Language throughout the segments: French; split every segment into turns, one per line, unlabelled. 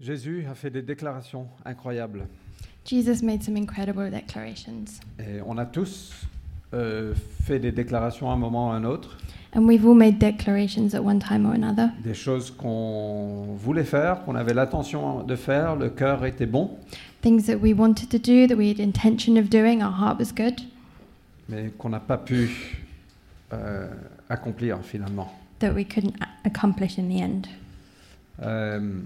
Jésus a fait des déclarations incroyables.
Jesus made some incredible declarations,
Et on a tous euh, fait des déclarations à un moment ou à un autre,
and we've all made declarations at one time or another.
des choses qu'on voulait faire, qu'on avait l'intention de faire, le cœur était bon,
Things that we wanted to do, that we had intention of doing, our heart was good,
mais qu'on n'a pas pu euh, accomplir finalement.
that we couldn't a- accomplish in the end.
Euh,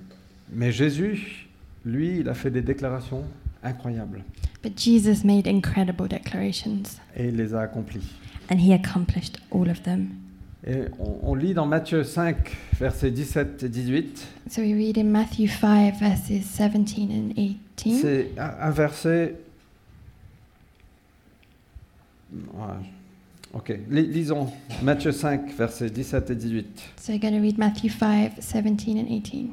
mais Jésus, lui, il a fait des déclarations incroyables
But Jesus made incredible declarations,
et il les a accomplies.
and he accomplished all of them.
Et on, on lit dans Matthieu 5, versets 17 et 18,
So we read in Matthew 5, verses 17 and 18.
c'est un un verset... Ouais. Ok, li- lisons Matthieu 5, versets 17 et 18.
So we're going to read Matthew 5, 17 and 18.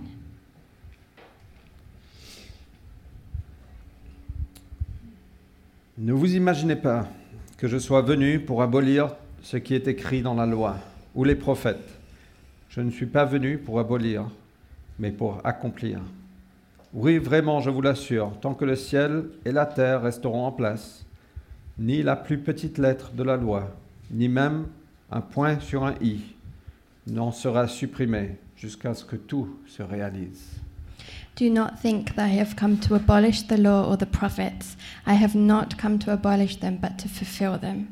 Ne vous imaginez pas que je sois venu pour abolir ce qui est écrit dans la loi ou les prophètes. Je ne suis pas venu pour abolir, mais pour accomplir. Oui, vraiment, je vous l'assure, tant que le ciel et la terre resteront en place, ni la plus petite lettre de la loi, ni même un point sur un i, n'en sera supprimé jusqu'à ce que tout se réalise.
Do not think that I have come to abolish the law or the prophets. I have not come to abolish them, but to fulfill them.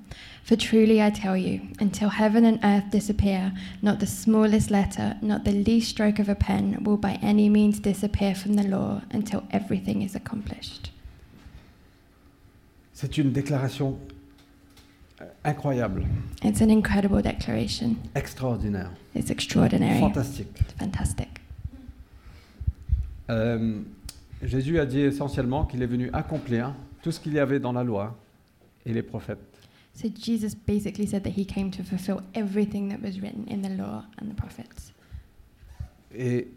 For truly I tell you, until heaven and earth disappear, not the smallest letter, not the least stroke of a pen will by any means disappear from the law until everything is accomplished.
C'est une déclaration euh, incroyable,
It's an incredible declaration.
extraordinaire.
It's extraordinary.
Fantastique.
It's fantastic.
Euh, Jésus a dit essentiellement qu'il est venu accomplir tout ce qu'il y avait dans la loi et les prophètes.
So Jesus basically said that he came to fulfill everything that was written in the law and the prophets.
Et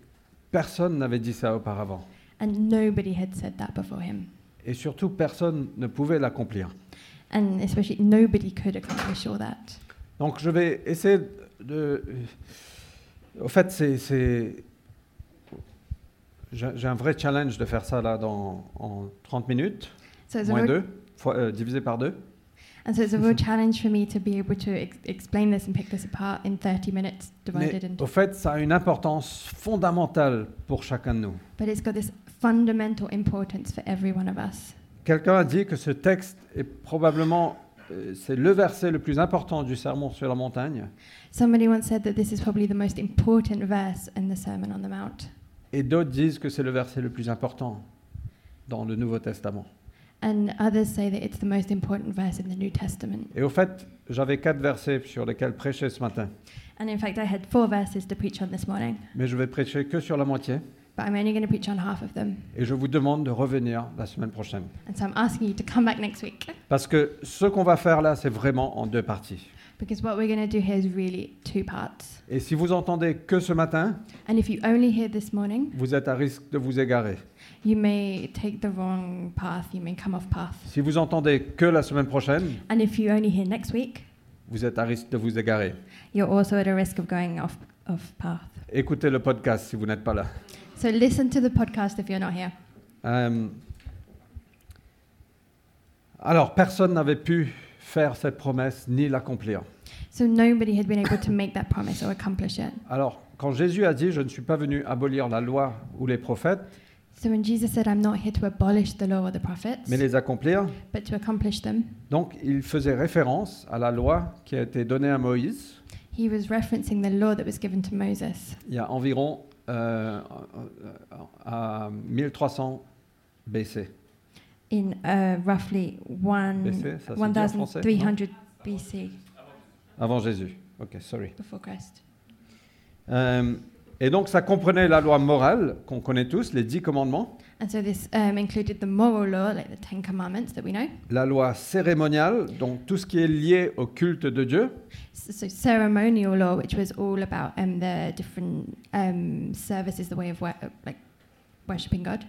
personne n'avait dit ça auparavant.
And nobody had said that before him.
Et surtout, personne ne pouvait l'accomplir.
and especially nobody could accomplish all that.
Donc je vais essayer de... euh, Au fait, c'est... c'est- J'ai j'ai un vrai challenge de faire ça là dans, en 30 minutes,
So it's a
moins
real,
2, fois, euh, divisé par 2.
and so it's a real challenge for me to be able to ex- explain this and pick this apart in 30 minutes,
Mais
divided
au
into.
fait, ça a une importance fondamentale pour chacun de nous.
But it's got this fundamental importance for every one of us.
Quelqu'un a dit que ce texte est probablement euh, c'est le verset le plus important du sermon sur la montagne
Somebody once said that this is probably the most important verse in the Sermon on the Mount,
et d'autres disent que c'est le verset le plus important dans le Nouveau Testament.
and others say that it's the most important verse in the New Testament.
Et au fait, j'avais quatre versets sur lesquels prêcher ce matin,
And in fact, I had four verses to preach on this morning,
mais je vais prêcher que sur la moitié
but I'm only going to preach on half of them.
et je vous demande de revenir la semaine prochaine
And so I'm asking you to come back next week
parce que ce qu'on va faire là, c'est vraiment en deux parties.
because what we're going to do here is really two parts.
Et si vous entendez que ce matin,
And if you only hear this morning,
vous êtes à risque de vous égarer.
you may take the wrong path, you may come off path.
Si vous entendez que la semaine prochaine,
And if you only hear next week,
vous êtes à risque de vous égarer.
you're also at a risk of going off, off path.
Écoutez le podcast si vous n'êtes pas là.
So listen to the podcast if you're not here.
Euh, alors, personne n'avait pu faire cette promesse ni l'accomplir.
So nobody had been able to make that promise or accomplish it.
Alors, quand Jésus a dit, je ne suis pas venu abolir la loi ou les prophètes,
So when Jesus said, I'm not here to abolish the law or the prophets,
mais les accomplir,
but to accomplish them,
donc il faisait référence à la loi qui a été donnée à Moïse
he was referencing the law that was given to Moses
il y a environ euh, à 1300 BC.
in uh, roughly
BC, ça se
one,
dit en français,
1300 BC,
Avant Jésus. Ok, sorry.
before Christ.
Euh, et donc, ça comprenait la loi morale qu'on connaît tous, les dix commandements.
And so this um, included the moral law, like the Ten Commandments that we know.
la loi cérémoniale, donc tout ce qui est lié au culte de Dieu,
S- so ceremonial law, which was all about um, the different um, services, the way of wor- uh, like worshiping God.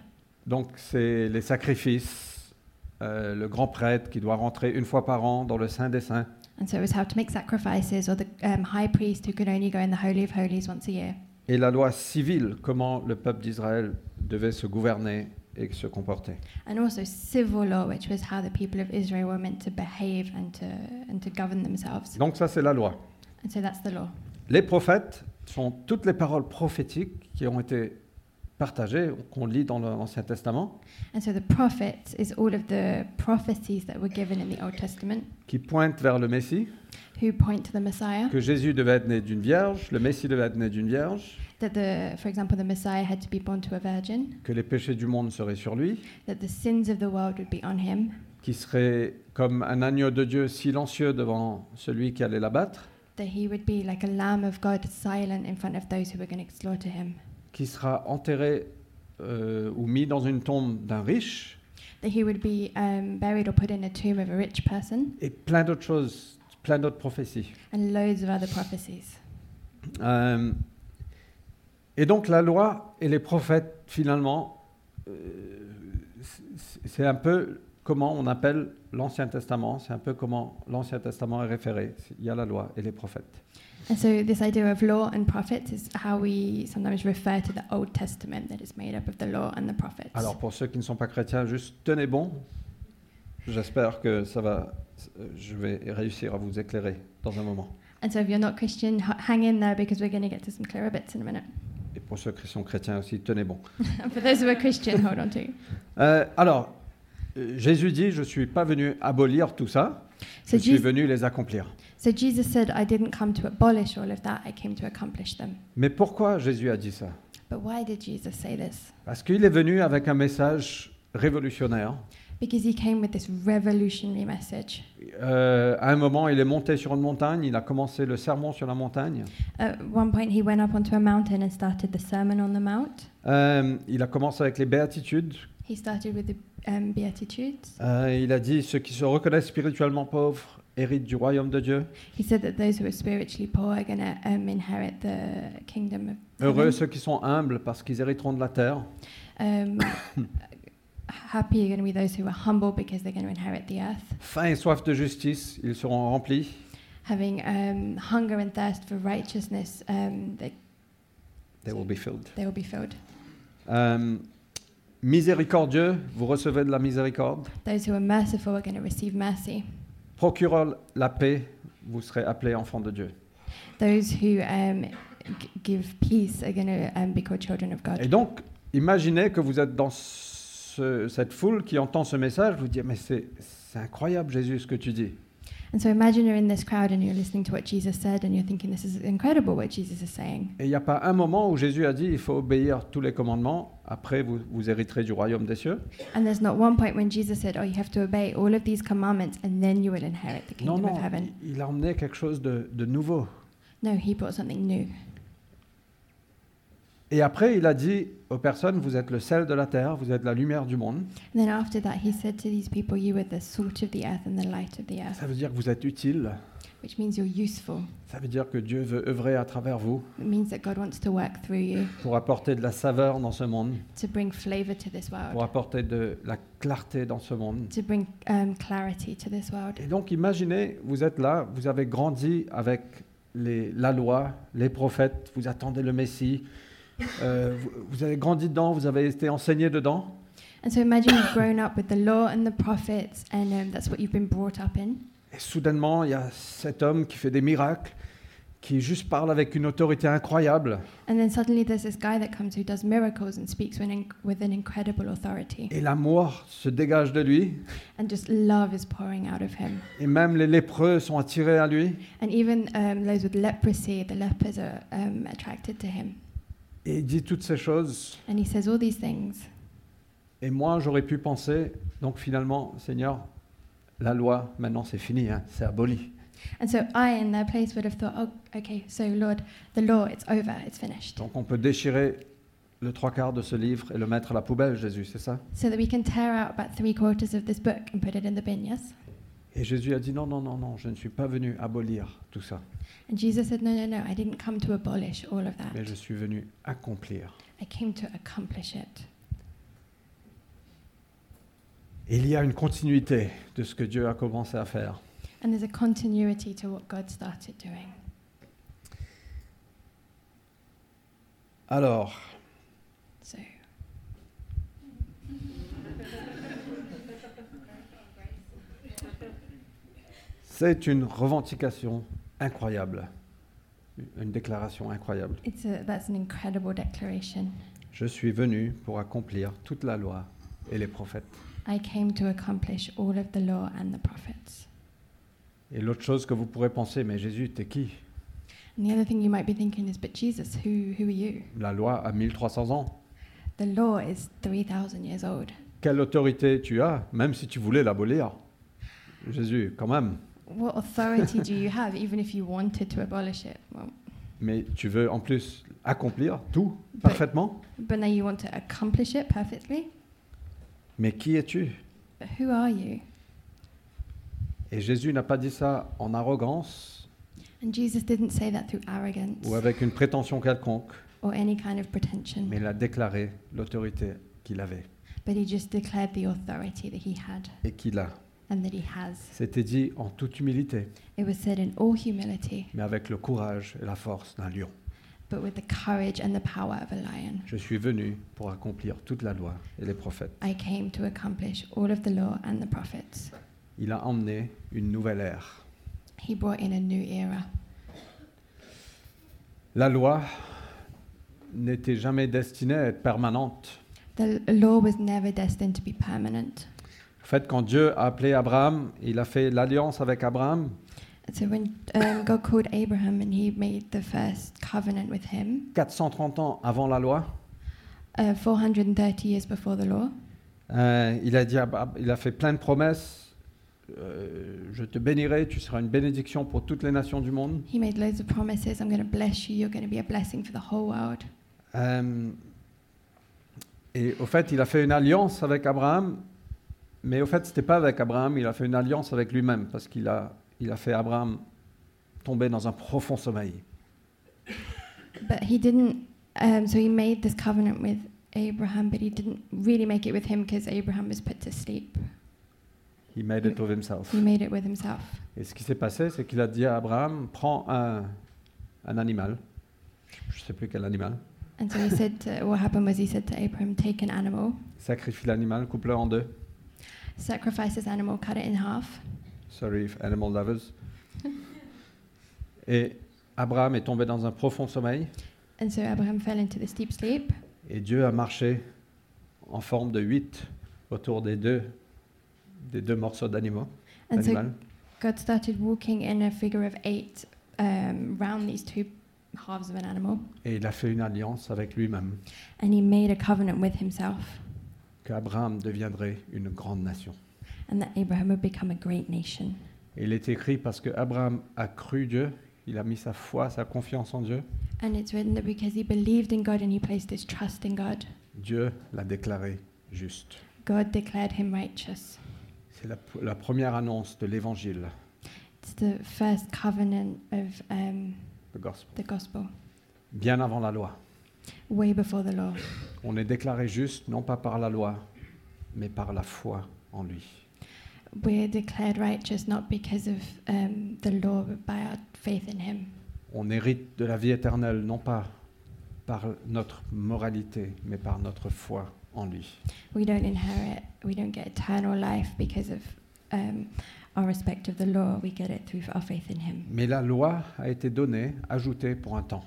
donc c'est les sacrifices, euh, le grand prêtre qui doit rentrer une fois par an dans le Saint des Saints,
And so it was how to make sacrifices, or the um, high priest who could only go in the Holy of Holies once a year.
et la loi civile, comment le peuple d'Israël devait se gouverner et se comporter.
and also civil law, which was how the people of Israel were meant to behave and to, and to govern themselves.
Donc ça, c'est la loi.
And so that's the law.
Les prophètes sont toutes les paroles prophétiques qui ont été partagées, qu'on lit dans l'Ancien Testament,
And so the prophets is all of the prophecies that were given in the Old Testament
qui pointent vers le Messie,
who point to the Messiah.
que Jésus devait être né d'une vierge, le Messie devait être né d'une vierge,
That the, for example, the Messiah had to be born to a virgin.
que les péchés du monde seraient sur lui,
That the sins of the world would be on him.
qui serait comme un agneau de Dieu silencieux devant celui qui allait l'abattre,
That he would be like a lamb of God, silent in front of those who were going to slaughter him.
qui sera enterré euh, ou mis dans une tombe d'un riche,
That he would be um, buried or put in a tomb of a rich person,
et plein d'autres choses, plein d'autres prophéties.
and loads of other prophecies.
Euh, et donc la loi et les prophètes, finalement, euh, c'est- c'est un peu comment on appelle l'Ancien Testament, c'est un peu comment l'Ancien Testament est référé. Il y a la loi et les prophètes.
And so, this idea of law and prophets is how we sometimes refer to the Old Testament that is made up of the law and the prophets.
Alors pour ceux qui ne sont pas chrétiens, juste tenez bon. J'espère que ça va, je vais réussir à vous éclairer dans un moment.
and so, if you're not Christian, h- hang in there because we're going to get to some clearer bits in a minute.
Et pour ceux qui sont chrétiens aussi, tenez bon.
And for those who are Christian, hold on to.
Euh, alors, euh, Jésus dit, je ne suis pas venu abolir tout ça, je
So,
suis
Jesus,
venu les accomplir.
so Jesus said, "I didn't come to abolish all of that; I came to accomplish them."
Mais pourquoi Jésus a dit ça
But why did Jesus say this?
Parce qu'il est venu avec un message révolutionnaire.
Because he came with this revolutionary message.
Euh, à un moment, il est monté sur une montagne, il a commencé le sermon sur la montagne.
At one point, he went up onto a mountain and started the Sermon on the Mount.
Euh, il a commencé avec les béatitudes.
He started with the um, Beatitudes.
Euh, il a dit ceux qui se reconnaissent spirituellement pauvres héritent du royaume de Dieu.
He said that those who are spiritually poor are going to um, inherit the kingdom of
Heureux
heaven.
ceux qui sont humbles parce qu'ils hériteront de la terre.
Um, happy are going to be those who are humble because they're going to inherit the earth.
Faim et soif de justice, ils seront remplis.
Having um, hunger and thirst for righteousness, um, they,
They will be filled.
they will be filled.
Euh, miséricordieux, vous recevez de la miséricorde.
Those who are merciful are going to receive mercy.
Procureur la paix, vous serez appelé enfant de Dieu.
Those who um, g- give peace are going to um, be called children of
Et
God.
donc, imaginez que vous êtes dans ce- cette foule qui entend ce message, vous dites, mais c'est c'est incroyable Jésus ce que tu dis.
And so imagine you're in this crowd and you're listening to what Jesus said and you're thinking, this is incredible what Jesus is saying.
Et il n'y a pas un moment où Jésus a dit, il faut obéir tous les commandements, après vous, vous hériterez du royaume des cieux.
And there's not one point when Jesus said, Oh, you have to obey all of these commandments and then you will inherit the
Non,
kingdom
non,
of heaven.
il il a emmené quelque chose de, de nouveau.
No, he brought something new.
Et après, il a dit aux personnes, vous êtes le sel de la terre, vous êtes la lumière du monde.
And then after that, he said to these people, You are the salt of the earth and the light of the earth,
Ça veut dire que vous êtes utile,
which means you're useful.
ça veut dire que Dieu veut œuvrer à travers vous
It means that God wants to work through you
pour apporter de la saveur dans ce monde,
to bring flavor to this
pour
world,
apporter de la clarté dans ce monde.
to bring um, clarity to this world.
Et donc imaginez, vous êtes là, vous avez grandi avec les- la loi, les prophètes, vous attendez le Messie, euh, vous, vous avez grandi dedans, vous avez été enseigné dedans,
And so imagine you've grown up with the law and the prophets, and um, that's what you've been brought up in.
et soudainement il y a cet homme qui fait des miracles, qui juste parle avec une autorité incroyable,
And then suddenly there's this guy that comes who does miracles and speaks with an, with an incredible authority.
et l'amour se dégage de lui,
and just love is pouring out of him.
et même les lépreux sont attirés à lui,
And even um, those with leprosy, the lepers are um, attracted to him.
et il dit toutes ces choses.
And he says all these things.
Et moi j'aurais pu penser, donc finalement Seigneur, la loi maintenant c'est fini, hein, c'est aboli.
And so I, in their place, would have thought, oh, okay, so Lord, the law, it's over, it's finished.
Donc on peut déchirer le trois quarts de ce livre et le mettre à la poubelle, Jésus, c'est ça
So that we can tear out about three quarters of this book and put it in the bin, yes?
Et Jésus a dit non, non, non, non, je ne suis pas venu abolir tout ça,
And Jesus said, no, no, no, I didn't come to abolish all of that.
mais je suis venu accomplir.
I came to accomplish it.
Et il y a une continuité de ce que Dieu a commencé à faire.
And there's a continuity to what God started doing.
Alors,
So,
c'est une revendication incroyable, une déclaration incroyable.
it's a, that's an incredible declaration.
Je suis venu pour accomplir toute la loi et les prophètes.
I came to accomplish all of the law and the prophets.
Et l'autre chose que vous pourrez penser, mais Jésus, t'es qui
And the other thing you might be thinking is, but Jesus, who, who are you?
La loi a 1300 ans.
The law is 3,000 years old.
Quelle autorité tu as, même si tu voulais l'abolir Jésus, quand même.
What authority do you have, even if you wanted to abolish it? Well,
Mais tu veux en plus accomplir tout parfaitement
but now you want to accomplish it perfectly?
Mais qui es-tu
But who are you?
Et Jésus n'a pas dit ça en arrogance
And Jesus didn't say that through arrogance
ou avec une prétention quelconque,
or any kind of pretension,
mais il a déclaré l'autorité qu'il avait
but he just declared the authority that he had
et qu'il a.
and that he has.
C'était dit en toute humilité,
It was said in all humility,
mais avec le courage et la force d'un lion.
but with the courage and the power of a lion.
Je suis venu pour accomplir toute la loi et les prophètes.
I came to accomplish all of the law and the prophets.
Il a emmené une nouvelle ère.
He brought in a new era.
La loi n'était jamais destinée à être permanente.
The l- law was never destined to be permanent.
En fait, quand Dieu a appelé Abraham, il a fait l'alliance avec Abraham.
So when um, God called Abraham and he made the first covenant with him,
430 ans avant la loi,
uh, 430 years before the law,
euh, il, a dit à Ab- il a fait plein de promesses. Euh, je te bénirai, tu seras une bénédiction pour toutes les nations du monde.
he made loads of promises. I'm going to bless you. You're going to be a blessing for the whole world.
Euh, et au fait, il a fait une alliance avec Abraham, mais au fait, ce n'était pas avec Abraham, il a fait une alliance avec lui-même, parce qu'il a, il a fait Abraham tomber dans un profond sommeil.
But he didn't, um, so he made this covenant with Abraham, but he didn't really make it with him because Abraham was put to sleep.
He made it of himself.
He made it with himself.
Et ce qui s'est passé, c'est qu'il a dit à Abraham, prends un, un animal, je ne sais plus quel animal,
And so he said, to, what happened was he said to Abraham, take an animal,
sacrifie l'animal, coupe-le en deux.
sacrifice this animal, cut it in half.
Sorry, if animal lovers. et Abraham est tombé dans un profond sommeil,
And so Abraham fell into this deep sleep.
et Dieu a marché en forme de huit autour des deux, des deux morceaux d'animaux.
And so
d'animal.
God started walking in a figure of eight um, round these two halves of an animal,
Et il a fait une alliance avec lui-même,
and he made a covenant with himself,
qu'Abraham deviendrait une grande nation.
and that Abraham would become a great nation.
Et il est écrit parce que Abraham a cru Dieu, il a mis sa foi, sa confiance en Dieu.
And it's written that because he believed in God and he placed his trust in God,
Dieu l'a déclaré juste.
God declared him righteous.
C'est la, la première annonce de l'évangile,
It's the first covenant of um,
le gospel.
the gospel,
Bien avant la loi.
way before the law.
On est déclaré juste non pas par la loi, mais par la foi en lui.
We're declared righteous not because of um, the law, but by our faith in him.
On hérite de la vie éternelle non pas par notre moralité, mais par notre foi en lui.
We don't inherit, we don't get eternal life because of um, our respect of the law. We get it through our faith in Him.
Mais la loi a été donnée, ajoutée pour un temps.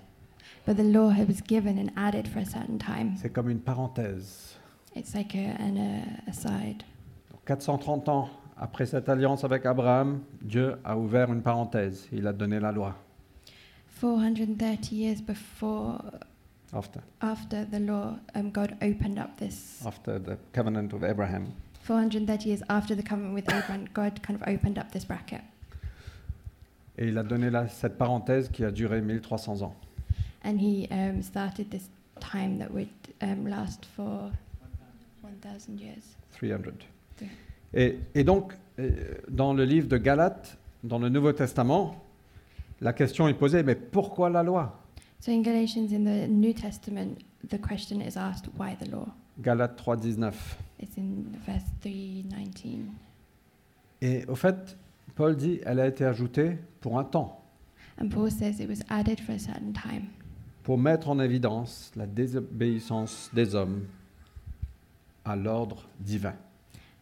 But the law was given and added for a certain time.
C'est comme une parenthèse.
It's like a, an uh, aside.
Donc, 430 ans après cette alliance avec Abraham, Dieu a ouvert une parenthèse. Il a donné la loi.
430 years before,
After.
after the law, um, God opened up this.
after the covenant of Abraham.
430 years after the covenant with Abraham, God kind of opened up this bracket.
Et il a donné là cette parenthèse qui a duré 1300 ans.
And He um, started this time that would um, last for 1,000 years.
300.
Oui.
Et, et donc, euh, dans le livre de Galates, dans le Nouveau Testament, la question est posée, mais pourquoi la loi
So in Galatians, in the New Testament, the question is asked, why the law?
Galates 3.19.
It's in verse 319.
Et au fait, Paul dit, elle a été ajoutée pour un temps.
And Paul says it was added for a certain time.
pour mettre en évidence la désobéissance des hommes à l'ordre divin.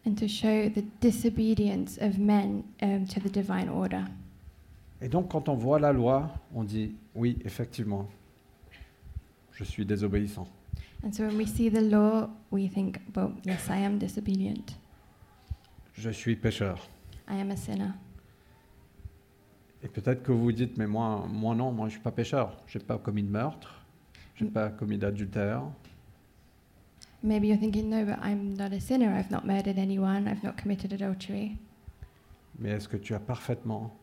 and to show the disobedience of men um, to the divine order.
Et donc quand on voit la loi, on dit oui, effectivement, je suis désobéissant.
And so when we see the law, we think, well, yes, I am disobedient.
Je suis pécheur.
I am a sinner.
Et peut-être que vous dites mais moi moi non, moi je suis pas pécheur, j'ai pas commis de meurtre, j'ai
Mm.
pas commis d'adultère,
Maybe you're thinking, no, but I'm not a sinner. I've not murdered anyone. I've not committed adultery.
mais est-ce que tu as parfaitement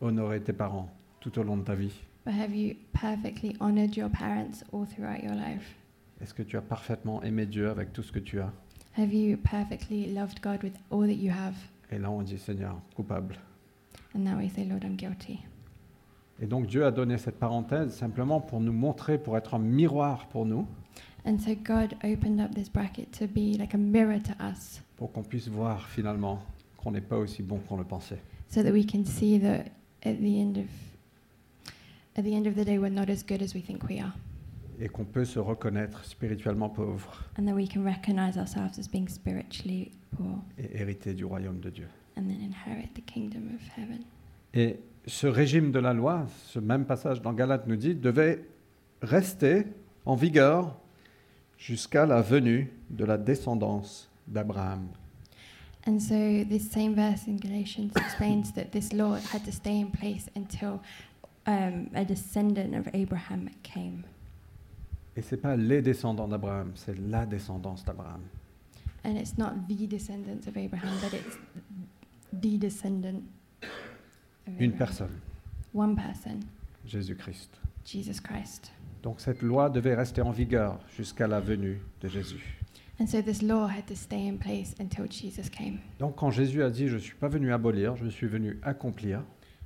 honoré tes parents tout au long de ta vie
But have you perfectly honored your parents all throughout your life?
Est-ce que tu as parfaitement aimé Dieu avec tout ce que tu as
Have you perfectly loved God with all that you have?
Et là on dit Seigneur, coupable.
And now we say, Lord, I'm guilty.
Et donc Dieu a donné cette parenthèse simplement pour nous montrer, pour être un miroir pour nous,
And so God opened up this bracket to be like a mirror to us
pour qu'on puisse voir finalement qu'on n'est pas aussi bon qu'on le pensait.
so that we can see that at the end of at the end of the day we're not as good as we think we are
Et qu'on peut se reconnaître spirituellement pauvre
and that we can recognize ourselves as being spiritually poor
et hériter du royaume de Dieu.
and then inherit the kingdom of heaven
Et ce régime de la loi, ce même passage dans Galates nous dit, devait rester en vigueur jusqu'à la venue de la descendance d'Abraham.
and so this same verse in galatians explains that this law had to stay in place until um, a descendant of abraham came
Et c'est pas les descendants d'Abraham, c'est la descendance d'Abraham.
and it's not the descendants of abraham but it's the descendant of
Une
Abraham.
personne,
one person
Jésus-Christ.
jesus christ
Donc cette loi devait rester en vigueur jusqu'à la venue de Jésus.
And so this law had to stay in place until Jesus came.
Donc quand Jésus a dit je ne suis pas venu abolir, je suis venu accomplir,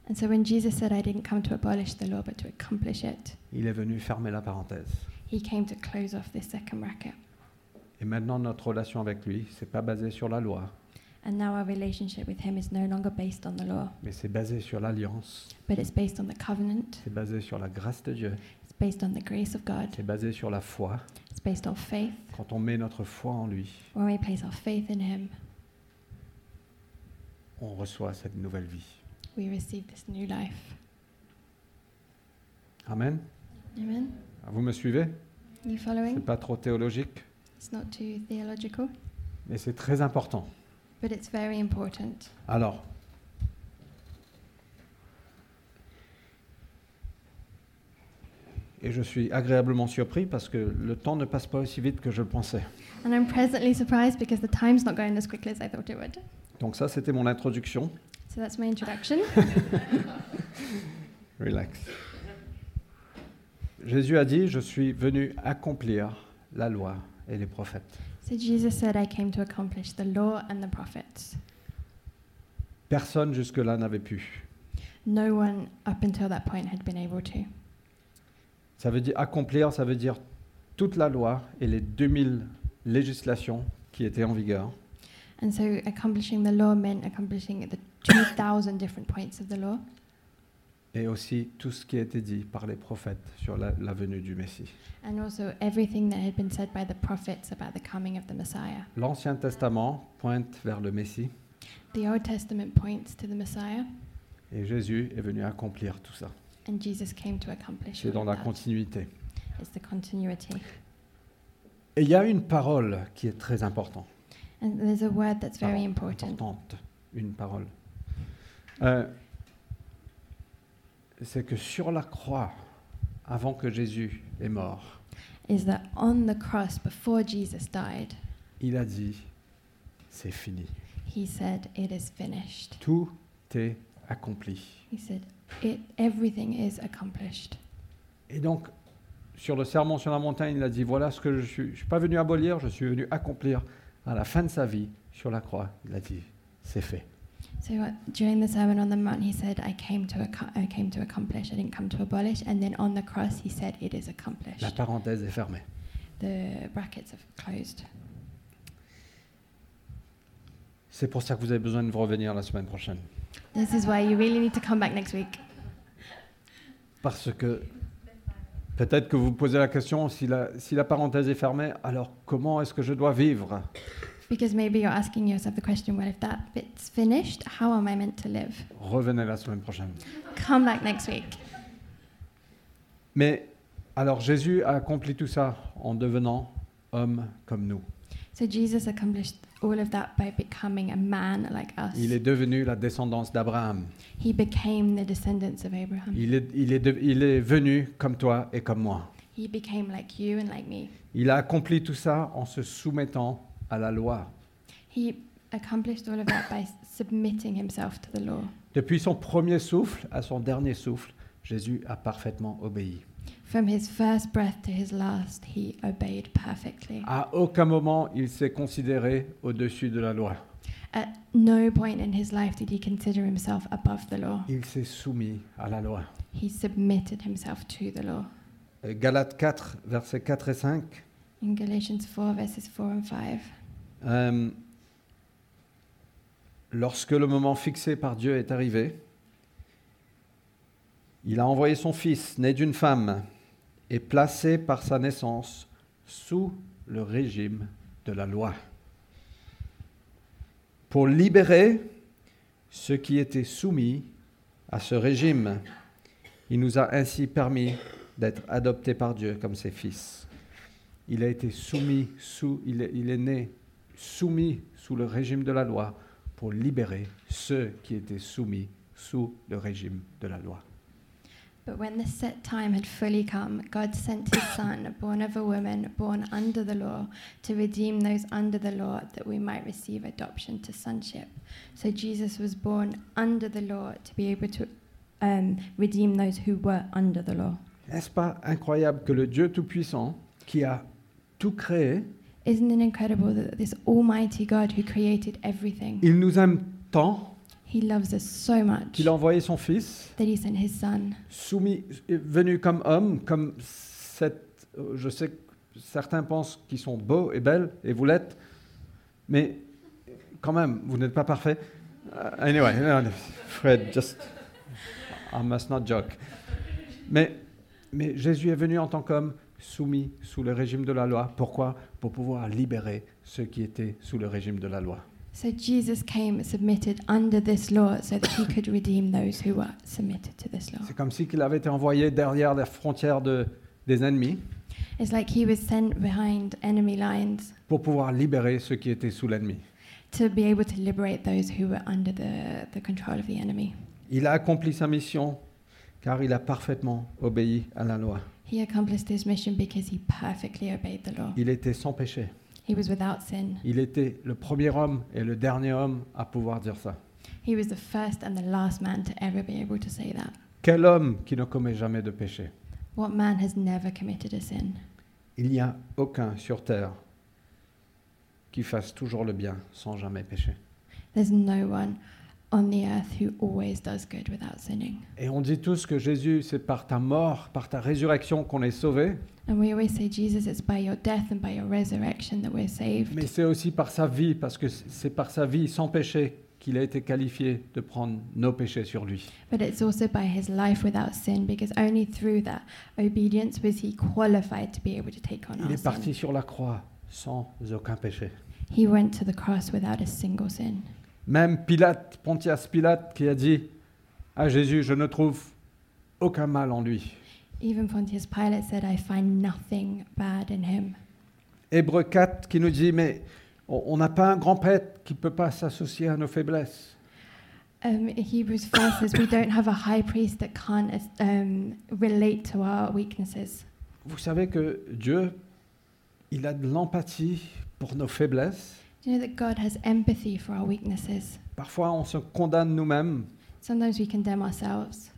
And so when Jesus said, I didn't come to abolish the law, but to accomplish it,
il est venu fermer la parenthèse.
he came to close off this second bracket.
Et maintenant notre relation avec lui, c'est pas basé sur la loi,
And now our relationship with him is no longer based on the law,
mais c'est basé sur l'alliance,
but it's based on the covenant,
c'est basé sur la grâce de Dieu,
it's based on the grace of God,
c'est basé sur la foi.
it's based on faith.
Quand on met notre foi en lui,
When we place our faith in him,
on reçoit cette nouvelle vie.
we receive this new life.
Amen.
Amen.
Vous me suivez
You
C'est
following?
pas trop théologique,
It's not too theological,
mais c'est très important.
but it's very important.
Alors, et je suis agréablement surpris parce que le temps ne passe pas aussi vite que je le pensais.
And I'm presently surprised because the time's not going as quickly as I thought it would.
Donc ça, c'était mon introduction.
So that's my introduction.
Relax. Jésus a dit, je suis venu accomplir la loi et les prophètes.
So Jesus said, I came to accomplish the law and the prophets.
Personne jusque-là n'avait pu.
No one up until that point had been able to.
Ça veut dire accomplir, ça veut dire toute la loi et les 2000 législations qui étaient en vigueur.
And so accomplishing the law meant accomplishing the 2,000 different points of the law
et aussi tout ce qui a été dit par les prophètes sur la, la venue du Messie.
and also everything that had been said by the prophets about the coming of the Messiah.
L'Ancien Testament pointe vers le Messie
The Old Testament points to the Messiah,
et Jésus est venu accomplir tout ça.
and Jesus came to accomplish
C'est
all
dans
of
la
that.
continuité.
It's the continuity.
Et il y a une parole qui est très importante.
And there's a word that's very
Ah, Pardon,
important.
importante une parole. Euh, C'est que sur la croix, avant que Jésus est mort,
Is that on the cross before Jesus died,
il a dit, c'est fini.
he said, It is finished.
Tout est accompli.
He said, it, everything is accomplished.
Et donc, sur le sermon sur la montagne, il a dit, voilà ce que je suis. Je ne suis pas venu abolir, je suis venu accomplir. À la fin de sa vie, sur la croix, il a dit, c'est fait.
So uh, during the Sermon on the Mount, he said, I came, to ac- I came to accomplish, I didn't come to abolish. And then on the cross, he said, It is
La
accomplished.
parenthèse est fermée.
The brackets have closed.
C'est pour ça que vous avez besoin de vous revenir la semaine prochaine.
This is why you really need to come back next week
Parce que Peut-être que vous vous posez la question, si la, si la parenthèse est fermée, alors comment est-ce que je dois vivre
Because maybe you're asking yourself the question well, if that bit's finished, how am I meant to live?
Revenez la semaine prochaine.
Come back next week.
Mais alors Jésus a accompli tout ça en devenant homme comme nous.
So Jesus accomplished all of that by becoming a man like us.
Il est devenu la descendance d'Abraham.
He became the descendants of Abraham.
Il est, il est de- il est venu comme toi et comme moi.
He became like you and like me.
Il a accompli tout ça en se soumettant à la loi.
He accomplished all of that by submitting himself to the law.
Depuis son premier souffle à son dernier souffle, Jésus a parfaitement obéi.
From his first breath to his last, he obeyed perfectly.
À aucun moment il s'est considéré au-dessus de la loi.
At no point in his life did he consider himself above the law.
Il s'est soumis à la loi.
He submitted himself to the law.
Euh, Galates 4, versets 4 et 5.
In Galatians 4, verses 4 and 5.
euh, lorsque le moment fixé par Dieu est arrivé, il a envoyé son fils, né d'une femme, et placé par sa naissance sous le régime de la loi, pour libérer ceux qui étaient soumis à ce régime. Il nous a ainsi permis d'être adoptés par Dieu comme ses fils. Il a été soumis, sous, il est- il est né soumis sous le régime de la loi pour libérer ceux qui étaient soumis sous le régime de la loi.
But when the set time had fully come, God sent his Son, born of a woman, born under the law, to redeem those under the law that we might receive adoption to sonship. So Jesus was born under the law to be able to um, redeem those who were under the law.
N'est-ce pas incroyable que le Dieu Tout-Puissant, qui a tout créé,
Isn't it incredible that this Almighty God who created everything,
il nous aime tant
He loves us so much
qu'il a envoyé son Fils,
that He sent His Son,
soumis, venu comme homme, comme cette... euh, Je sais que certains pensent qu'ils sont beaux et belles, et vous l'êtes, mais quand même, vous n'êtes pas parfait. Uh, anyway, no, no, Fred, just... I must not joke. Mais, mais Jésus est venu en tant qu'homme, soumis sous le régime de la loi. Pourquoi Pour pouvoir libérer ceux qui étaient sous le régime de la loi.
So Jesus came submitted under this law so that he could redeem those who were submitted to this law.
C'est comme si qu'il avait été envoyé derrière les frontières de, des ennemis.
It's like he was sent behind enemy lines
pour pouvoir libérer ceux qui étaient sous l'ennemi.
to be able to liberate those who were under the, the control of the enemy.
Il a accompli sa mission car il a parfaitement obéi à la loi.
He accomplished his mission because he perfectly obeyed the law.
Il était sans péché.
He was without sin.
Il était le premier homme et le dernier homme à pouvoir dire ça.
He was the first and the last man to ever be able to say that.
Quel homme qui ne commet jamais de péché
What man has never committed a sin?
Il n'y a aucun sur terre qui fasse toujours le bien sans jamais pécher.
There's no one on the earth who always does good without sinning.
Et on dit tous que Jésus, c'est par ta mort, par ta résurrection qu'on est sauvé,
And we always say, Jesus, it's by your death and by your resurrection that we're saved.
mais c'est aussi par sa vie, parce que c'est par sa vie sans péché qu'il a été qualifié de prendre nos péchés sur lui.
But it's also by his life without sin, because only through that obedience was he qualified to be able to take on
Il
our
est parti
sin.
sur la croix sans aucun péché.
He went to the cross without a single sin.
Même Pilate, Pontius Pilate, qui a dit à Jésus, je ne trouve aucun mal en lui.
Even Pontius Pilate said, I find nothing bad in him.
Hébreu 4 qui nous dit, mais on on n'a pas un grand prêtre qui ne peut pas s'associer à nos faiblesses.
Um, Hebrews 4 says, We don't have a high priest that can't um, relate to our weaknesses.
Vous savez que Dieu, il a de l'empathie pour nos faiblesses.
Do you know that God has empathy for our weaknesses?
Parfois, on se condamne nous-mêmes
Sometimes we condemn ourselves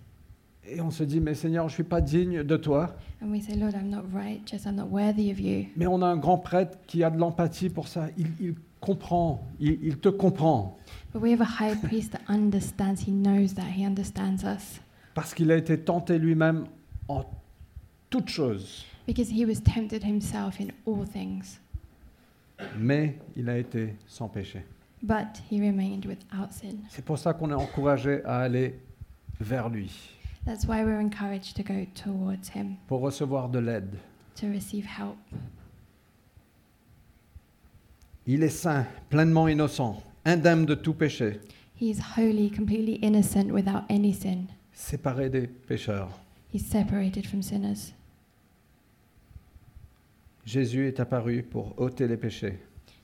et on se dit, mais Seigneur, je ne suis pas digne de toi.
and we say, Lord, I'm not righteous, I'm not worthy of you.
Mais on a un grand prêtre qui a de l'empathie pour ça. Il, il comprend, il- il te comprend.
But we have a high priest that understands, he knows that, he understands us.
parce qu'il a été tenté lui-même en toutes choses,
Because he was tempted himself in all things,
mais il a été sans péché.
but he remained without sin.
C'est pour ça qu'on est encouragé à aller vers lui.
That's why we're encouraged to go towards Him,
pour recevoir de l'aide.
to receive help.
Il est saint, pleinement innocent, indemne de tout péché,
He is holy, completely innocent, without any sin.
séparé des pécheurs.
He's separated from sinners.
Jésus est apparu pour ôter les péchés,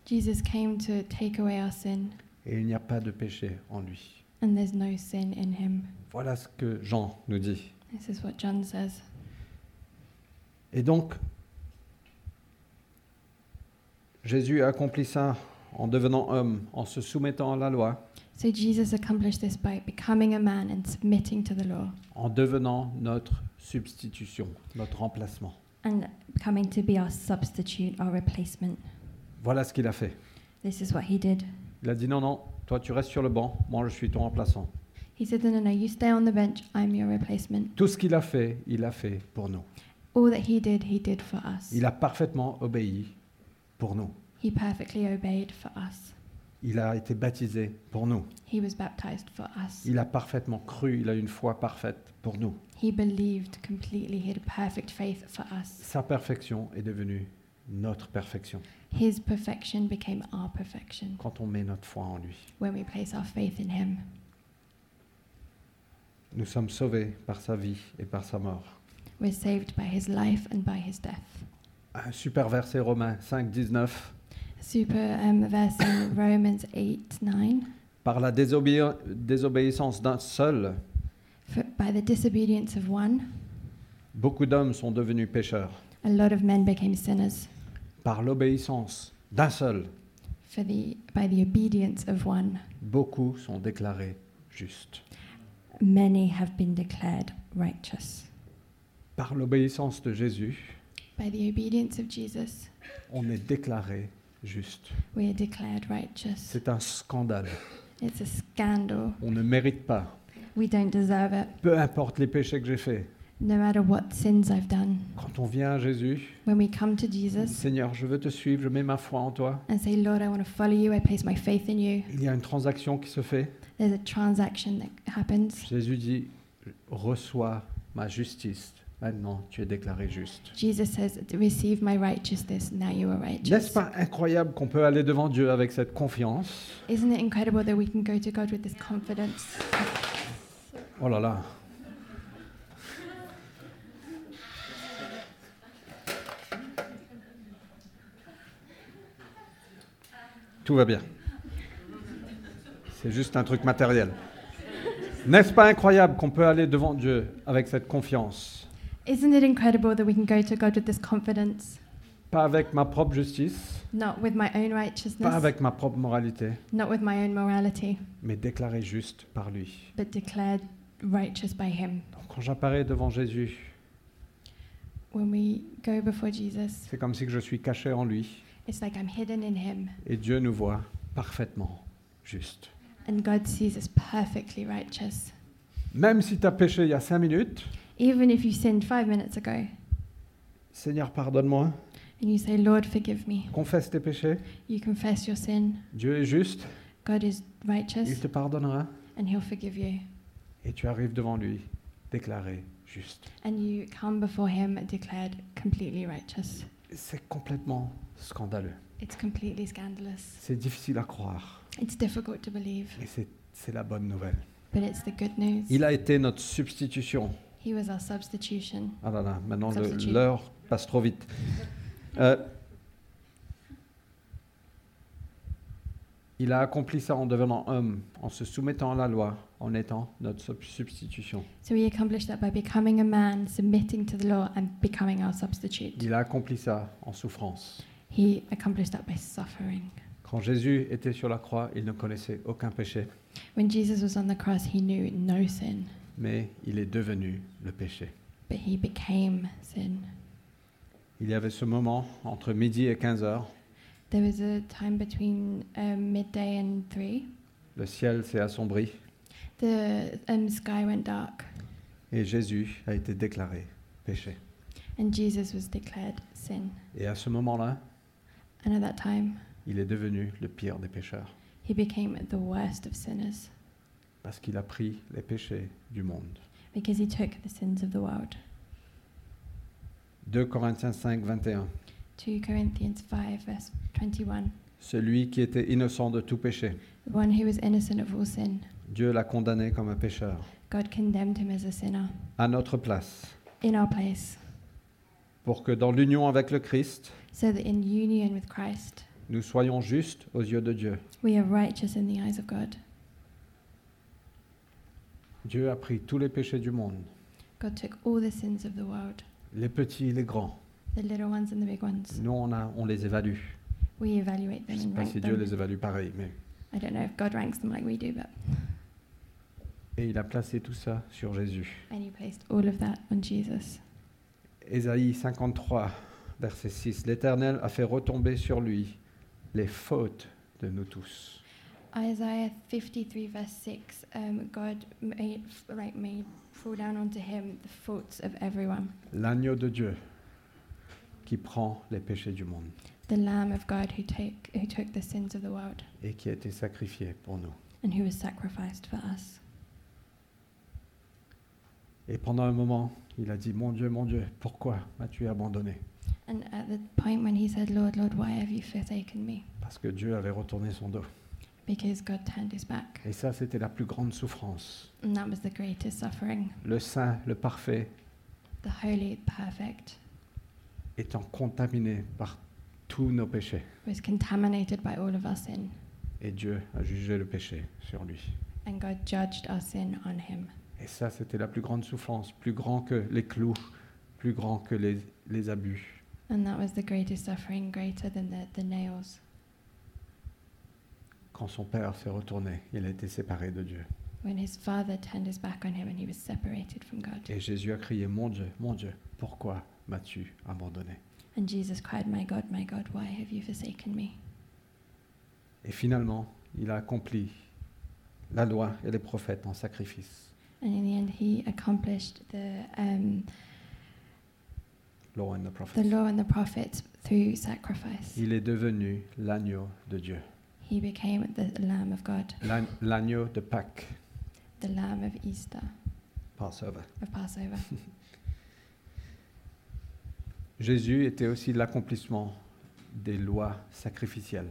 Jesus came to take away our sin,
et il n'y a pas de péché en lui.
and there's no sin in Him.
Voilà ce que Jean nous dit.
This is what John says.
Et donc, Jésus a accompli ça en devenant homme, en se soumettant à la loi,
So Jesus accomplished this by becoming a man and submitting to the law
en devenant notre substitution, notre remplacement.
and coming to be our substitute, our replacement.
Voilà ce qu'il a fait.
This is what he did.
Il a dit non, non, toi tu restes sur le banc, moi je suis ton remplaçant.
He said, No, no, no, you stay on the bench, I'm your replacement.
Tout ce qu'il a fait, il a fait pour nous.
All that he did, he did for us.
Il a parfaitement obéi pour nous.
He perfectly obeyed for us.
Il a été baptisé pour nous.
He was baptized for us.
Il a parfaitement cru, il a une foi parfaite pour nous.
He believed completely. He had a perfect faith for us.
Sa perfection est devenue notre perfection
His perfection became our perfection
quand on met notre foi en lui.
when we place our faith in him.
Nous sommes sauvés par sa vie et par sa mort.
We're saved by his life and by his death.
Un super verset Romains 5, 19.
Super um, verse in Romans 8 9.
Par la désobé- désobéissance d'un seul,
For by the disobedience of one,
beaucoup d'hommes sont devenus pécheurs.
a lot of men became sinners.
Par l'obéissance d'un seul,
For the, by the obedience of one,
beaucoup sont déclarés justes.
many have been declared righteous.
Par l'obéissance de Jésus,
By the obedience of Jesus,
on est déclaré juste.
we are declared righteous.
C'est un scandale.
It's a scandal.
On ne mérite pas.
We don't deserve it,
Peu importe les péchés que j'ai faits.
no matter what sins I've done.
Quand on vient à Jésus,
When we come to Jesus
Seigneur, je veux te suivre, je mets ma foi en toi.
and say, Lord, I want to follow you, I place my faith in you,
Il y a une transaction qui se fait.
there's a transaction that happens.
Jésus dit, reçois ma justice. Maintenant, tu es déclaré juste.
Jesus says, Receive my righteousness, now you are
N'est-ce
righteous.
pas incroyable qu'on peut aller devant Dieu avec cette confiance
Isn't it incredible that we can go to God with this confidence?
Oh là là. Tout va bien. C'est juste un truc matériel. N'est-ce pas incroyable qu'on peut aller devant Dieu avec cette confiance
Isn't it incredible that we can go to God with this confidence?
Pas avec ma propre justice,
Not with my own
pas
righteousness,
avec ma propre moralité,
not with my own morality,
mais déclaré juste par lui.
but declared righteous by Him.
Donc quand j'apparais devant Jésus,
When we go before Jesus,
c'est comme si que je suis caché en lui
it's like I'm hidden in Him,
et Dieu nous voit parfaitement juste.
and God sees us perfectly righteous.
Même si tu as péché il y a cinq minutes,
Even if you sinned five minutes ago,
Seigneur, pardonne-moi,
and you say, Lord, forgive me,
confesse tes péchés,
you confess your sin,
Dieu est juste,
God is
il
righteous,
te pardonnera,
and He'll forgive you.
et tu arrives devant lui, déclaré juste.
And you come before Him declared completely righteous.
C'est complètement scandaleux,
It's completely scandalous.
c'est difficile à croire,
It's difficult to believe,
mais c'est c'est la bonne nouvelle.
but it's the good news.
Il a été notre substitution.
He was our substitution.
Ah là là, maintenant le-
Substitute.
l'heure passe trop vite. Euh, il a accompli ça en devenant homme, en se soumettant à la loi, en étant notre sub- substitution.
So he accomplished that by becoming a man, submitting to the law, and becoming our substitute.
Il a accompli ça en souffrance.
He accomplished that by suffering.
Quand Jésus était sur la croix, il ne connaissait aucun péché,
When Jesus was on the cross, he knew no sin,
mais il est devenu le péché.
but he became sin.
Il y avait ce moment entre midi et 15 heures,
There was a time between um, midday and three.
le ciel s'est assombri
The um, sky went dark,
et Jésus a été déclaré péché.
and Jesus was declared sin.
Et à ce moment-là,
And at that time,
il est devenu le pire des pécheurs
he became the worst of sinners
parce qu'il a pris les péchés du monde.
because he took the sins of the world.
2 Corinthiens 5, 21.
2 Corinthians 5, verse 21.
Celui qui était innocent de tout péché,
The one who was innocent of all sin,
Dieu l'a condamné comme un pécheur,
God condemned him as a sinner
à notre place,
in our place,
pour que dans l'union avec le Christ,
so that in union with Christ,
nous soyons justes aux yeux de Dieu.
we are righteous in the eyes of God.
Dieu a pris tous les péchés du monde,
God took all the sins of the world,
les petits, les grands.
the little ones and the big ones.
Nous, on, a, on les évalue.
We evaluate
Je ne
them
sais
and
pas
rank
si Dieu
them.
les évalue pareil, mais.
I don't know if God ranks them like we do, but
Et il a placé tout ça sur Jésus.
and he placed all of that on Jesus.
Ésaïe 53, verset 6. L'Éternel a fait retomber sur lui les fautes de nous tous.
Isaiah 53 verse 6, um, God made, like, made fall down onto him the faults of everyone.
L'agneau de Dieu qui prend les péchés du monde
The Lamb of God who, take, who took the sins of the world
et qui a été sacrifié pour nous.
and who was sacrificed for us.
Et pendant un moment, il a dit, mon Dieu, mon Dieu, pourquoi m'as-tu abandonné
And at the point when he said, Lord, Lord, why have you forsaken me?
Parce que Dieu avait retourné son dos.
Because God turned his back.
Et ça, c'était la plus grande souffrance.
And that was the greatest suffering.
Le saint, le parfait,
The holy, perfect,
étant contaminé par tous nos péchés.
was contaminated by all of our sin.
Et Dieu a jugé le péché sur lui.
And God judged our sin on him.
Et ça, c'était la plus grande souffrance, plus grand que les clous, plus grand que les, les abus.
And that was the greatest suffering, greater than the, the nails.
Quand son père s'est retourné, il a été séparé de Dieu.
When his father turned his back on him and he was separated from God.
Et Jésus a crié, mon Dieu, mon Dieu, pourquoi m'as-tu abandonné
And Jesus cried, My God, my God, why have you forsaken me?
Et finalement, il a accompli la loi et les prophètes en sacrifice.
And in the end, he accomplished the, um,
Law and the
the
prophets.
law and the prophets through sacrifice.
Il est devenu l'agneau de Dieu,
He became the Lamb of God,
l'ag- l'agneau de Pâques,
the Lamb of Easter,
Passover.
of Passover.
Jésus était aussi l'accomplissement des lois sacrificielles.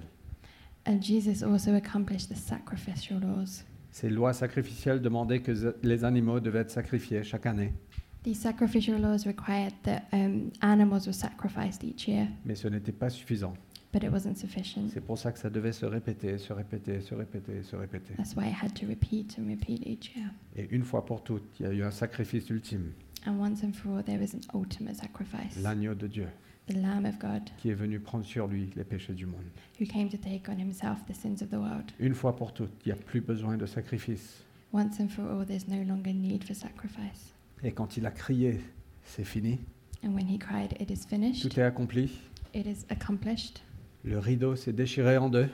And Jesus also accomplished the sacrificial laws.
Ces lois sacrificielles demandaient que ze- les animaux devaient être sacrifiés chaque année,
These sacrificial laws required that um, animals were sacrificed each year,
mais ce n'était pas suffisant.
but it wasn't sufficient.
C'est pour ça que ça devait se répéter, se répéter, se répéter, se répéter.
That's why it had to repeat and repeat each year.
Et une fois pour toutes, il y a eu un sacrifice ultime,
And once and for all, there was an ultimate sacrifice
l'agneau de Dieu,
the Lamb of God,
qui est venu prendre sur lui les péchés du monde.
who came to take on himself the sins of the world.
Une fois pour toutes, il n'y a plus besoin de sacrifice.
Once and for all, there's no longer need for sacrifice.
Et quand il a crié, c'est fini,
And when he cried, It is finished,
tout est accompli,
it is accomplished,
le rideau s'est déchiré en deux,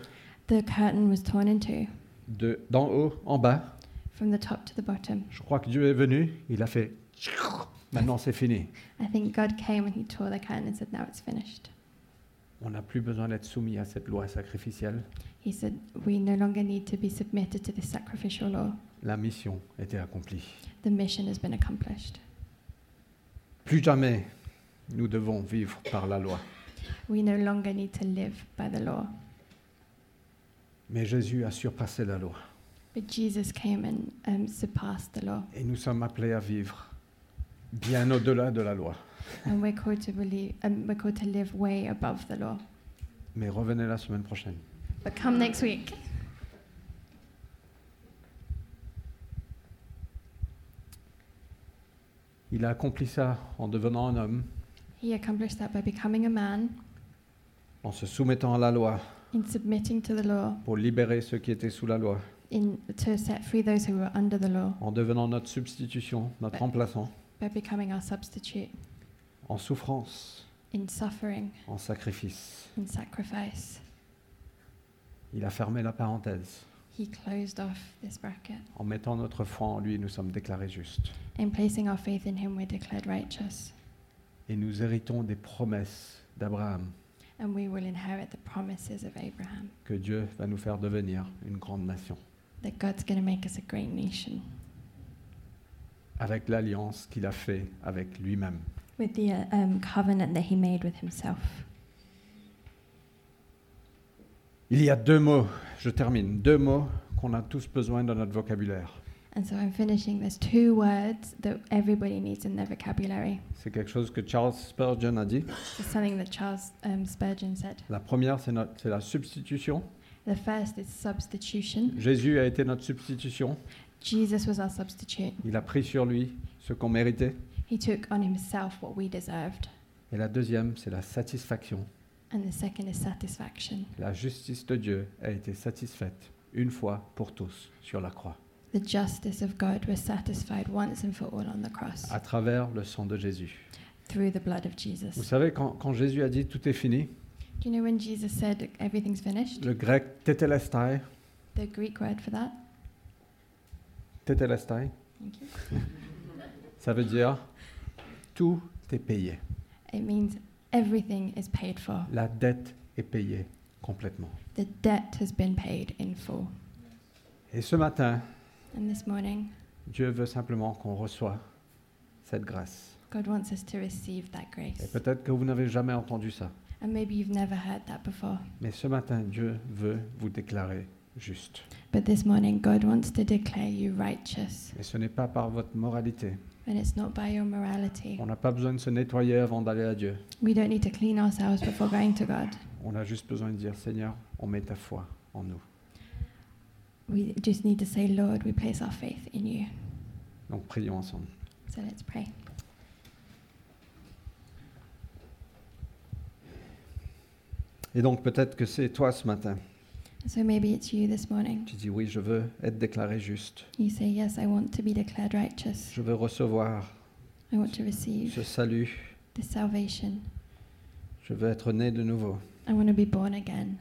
the curtain was torn in two
de d'en haut en bas.
from the top to the bottom.
Je crois que Dieu est venu, il a fait maintenant c'est fini.
I think God came and he tore the curtain and said, Now it's finished.
On n'a plus besoin d'être soumis à cette loi sacrificielle.
He said, We no longer need to be submitted to this sacrificial law.
La mission était accomplie.
The mission has been accomplished.
Plus jamais nous devons vivre par la loi.
We no longer need to live by the law.
Mais Jésus a surpassé la loi
But Jesus came and um, surpassed the law.
et nous sommes appelés à vivre bien au-delà de la loi.
And we're called to believe, um, we're called to live way above the law.
Mais revenez la semaine prochaine.
But come next week.
Il a accompli ça en devenant un homme,
He accomplished that by becoming a man,
en se soumettant à la loi
in submitting to the law,
pour libérer ceux qui étaient sous la loi,
in to set free those who were under the law,
en devenant notre substitution, notre
Ouais.
remplaçant,
by becoming our substitute,
en souffrance,
in suffering,
en sacrifice.
in sacrifice.
Il a fermé la parenthèse.
He closed off this bracket.
En mettant notre foi en lui, nous sommes déclarés justes.
In placing our faith in him, we're declared righteous,
Et nous héritons des promesses d'Abraham
and we will inherit the promises of Abraham,
que Dieu va nous faire devenir une grande nation.
that God's going to make us a great nation.
avec l'alliance qu'il a fait avec lui-même.
with the uh, um, covenant that he made with himself.
Il y a deux mots, je termine, deux mots qu'on a tous besoin dans notre vocabulaire.
And so I'm finishing. There's two words that everybody needs in their vocabulary.
C'est quelque chose que Charles Spurgeon a dit.
It's something that Charles um, Spurgeon said.
La première, c'est notre- c'est la substitution.
The first is substitution.
Jésus a été notre substitution.
Jesus was our substitute.
Il a pris sur lui ce qu'on méritait.
He took on himself what we deserved.
Et la deuxième, c'est la satisfaction.
And the second is satisfaction.
La justice de Dieu a été satisfaite une fois pour tous sur la croix,
The justice of God was satisfied once and for all on the cross
à travers le sang de Jésus.
through the blood of
Vous
Jesus.
savez, quand, quand Jésus a dit tout est fini,
Do you know when Jesus said everything's finished?
le grec tetelestai,
The Greek word for that?
tetelestai,
Thank you.
ça veut dire tout est payé.
It means everything is paid for.
La dette est payée complètement.
The debt has been paid in full.
Et ce matin,
And this morning,
Dieu veut simplement qu'on reçoive cette grâce.
God wants us to receive that
Et
grace.
peut-être que vous n'avez jamais entendu ça,
And maybe you've never heard that before,
mais ce matin, Dieu veut vous déclarer juste.
but this morning, God wants to declare you righteous.
Et ce n'est pas par votre moralité.
And it's not by your morality.
On n'a pas besoin de se nettoyer avant d'aller à Dieu.
We don't need to clean ourselves before going to God.
On a juste besoin de dire, Seigneur, on met ta foi en nous.
We just need to say, Lord, we place our faith in you.
Donc prions ensemble.
So let's pray.
Et donc peut-être que c'est toi ce matin
So maybe it's you this morning.
qui dis, oui, je veux être déclaré juste.
You say, Yes, I want to be declared righteous.
Je veux recevoir
I want to receive
ce salut.
this salvation.
Je veux être né de nouveau.
I want to be born again.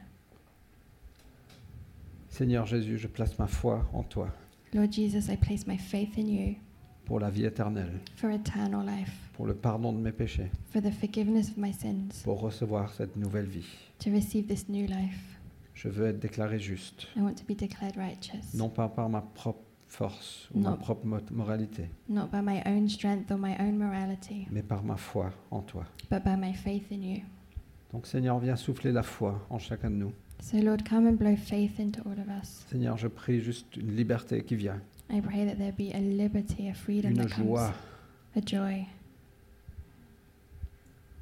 Seigneur Jésus, je place ma foi en toi
Lord Jesus, I place my faith in you
pour la vie éternelle,
for eternal life,
pour le pardon de mes péchés,
for the forgiveness of my sins,
pour recevoir cette nouvelle vie.
to receive this new life.
Je veux être déclaré juste,
I want to be declared righteous,
non pas par ma propre force ou ma
Non.
propre mo- moralité,
not by my own strength or my own morality,
mais par ma foi en toi.
but by my faith in you.
Donc Seigneur, viens souffler la foi en chacun de nous.
So, Lord, come and blow faith into all of us.
Seigneur, je prie juste une liberté qui vient,
I pray that there be a liberty, a freedom
une
that comes,
joie
a joy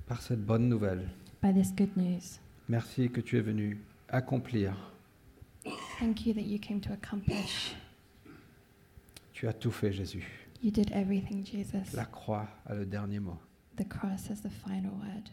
par cette bonne nouvelle.
by this good news.
Merci que tu es venu accomplir.
Thank you that you came to accomplish.
Tu as tout fait, Jésus.
You did everything, Jesus.
La croix a le dernier mot.
The cross is the final word.